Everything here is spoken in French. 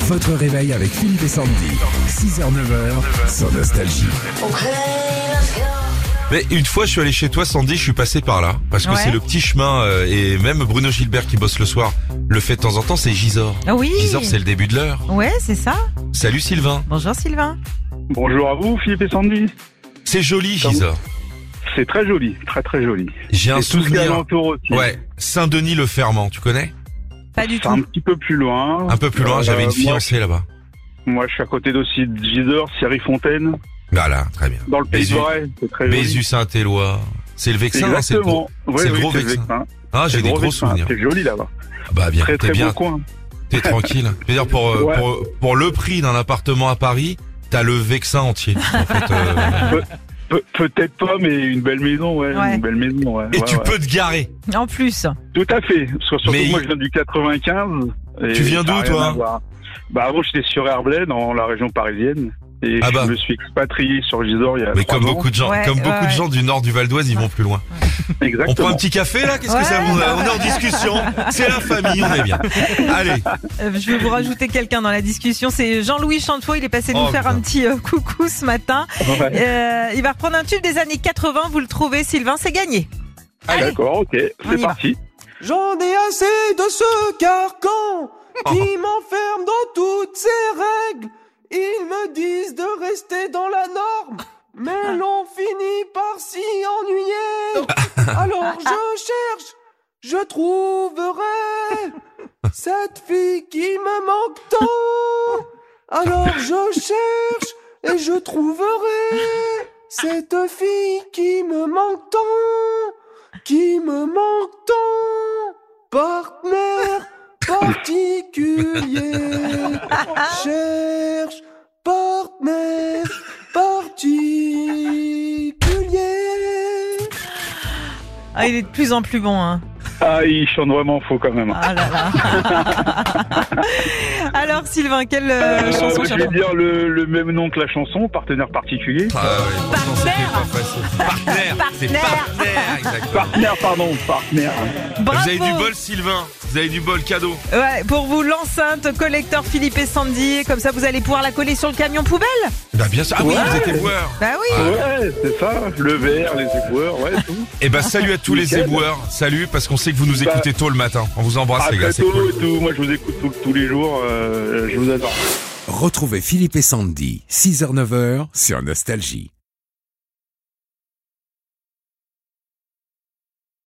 Votre réveil avec Philippe et Sandy. 6h-9h sur Nostalgie. Mais une fois, je suis allé chez toi, Sandy, je suis passé par là. Parce que Ouais. c'est le petit chemin, euh, et même Bruno Gilbert qui bosse le soir le fait de temps en temps, c'est Gisors. Ah oui. Gisors, c'est le début de l'heure. Ouais, c'est ça. Salut Sylvain. Bonjour Sylvain. Bonjour à vous, Philippe et Sandy. C'est joli, Gisors. C'est très joli, très très joli. J'ai un Et tout ce qui est souvenir. alentour aussi. Ouais, Saint-Denis-le-Fermant, tu connais Pas du C'est un tout. petit peu plus loin. Un peu plus loin, Euh, j'avais une moi, fiancée là-bas. Moi, je suis à côté d'aussi de Gisors, Thierry Fontaine, Voilà, très bien. dans le Pays de Bézu- Loiret. C'est très joli. Bézu Saint-Éloi. C'est le Vexin, hein, c'est le gros. Exactement. Oui, c'est le oui, gros c'est Vexin. Vexin. Ah, C'est j'ai le des gros gros Vexin. souvenirs. C'est joli là-bas. Bah bien, Très t'es très bien, beau coin. t'es tranquille. C'est-à-dire pour, euh, Ouais. pour pour le prix d'un appartement à Paris, t'as le Vexin entier. En fait, euh, Pe- Peut-être pas, mais une belle maison, ouais. Ouais. Une belle maison, ouais. et Ouais, tu ouais. Ah, peux te garer. En plus. euh, Tout à fait. Parce que surtout, Mais- moi, je viens du 95. et Tu viens ça a d'où, rien toi à voir. Bah, avant, j'étais sur Herblay, dans la région parisienne. Et Ah bah. je me suis expatrié sur Gisors il y a Mais trois comme ans. beaucoup de gens, Ouais, comme beaucoup ouais, de gens du nord du Val d'Oise, ils vont plus loin. On prend Exactement. un petit café là, qu'est-ce que Ouais. ça vous On est en discussion, c'est la famille, on est bien. Allez, Euh, je vais vous rajouter quelqu'un dans la discussion. C'est Jean-Louis Chantois. Il est passé nous Oh, faire putain. un petit euh, coucou ce matin. Ouais. Euh, il va reprendre un tube des années 80. Vous le trouvez, Sylvain, c'est gagné. Ah, D'accord, ok, On y c'est va. parti. J'en ai assez de ce carcan qui m'enferme dans toutes ses règles. Ils me disent de rester dans la norme, mais l'on finit par s'y ennuyer. Alors je cherche, je trouverai cette fille qui me manque tant. Alors je cherche et je trouverai cette fille qui me manque tant qui me manque tant, partenaire particulier, cherche partenaire particulier. Ah, il est de plus en plus bon. Hein. Ah, il chante vraiment faux quand même. Ah là là. Alors Sylvain, quelle euh, Euh, chanson je vais cherche- dire le, le même nom que la chanson, partenaire particulier. Ah ouais, pourtant, c'était pas facile. Partenaire, c'est partenaire, exactement. Partenaire, pardon, partenaire. Bravo. Vous avez du bol, Sylvain. Vous avez du bol cadeau. Ouais, pour vous l'enceinte collector Philippe et Sandy. Comme ça, vous allez pouvoir la coller sur le camion poubelle. Bah bien sûr. Ah oui, vous êtes éboueur. Bah oui. Ouais, c'est ça, le verre, les éboueurs, ouais, tout. Eh ben salut à tous les Nickel. éboueurs. Salut parce qu'on sait que vous nous Bah. écoutez tôt le matin. On vous embrasse À les gars, très Ah, c'est tôt cool. et tout. Moi, je vous écoute tous- tous les jours, euh, je vous adore. Retrouvez Philippe et Sandy. 6h-9h sur Nostalgie.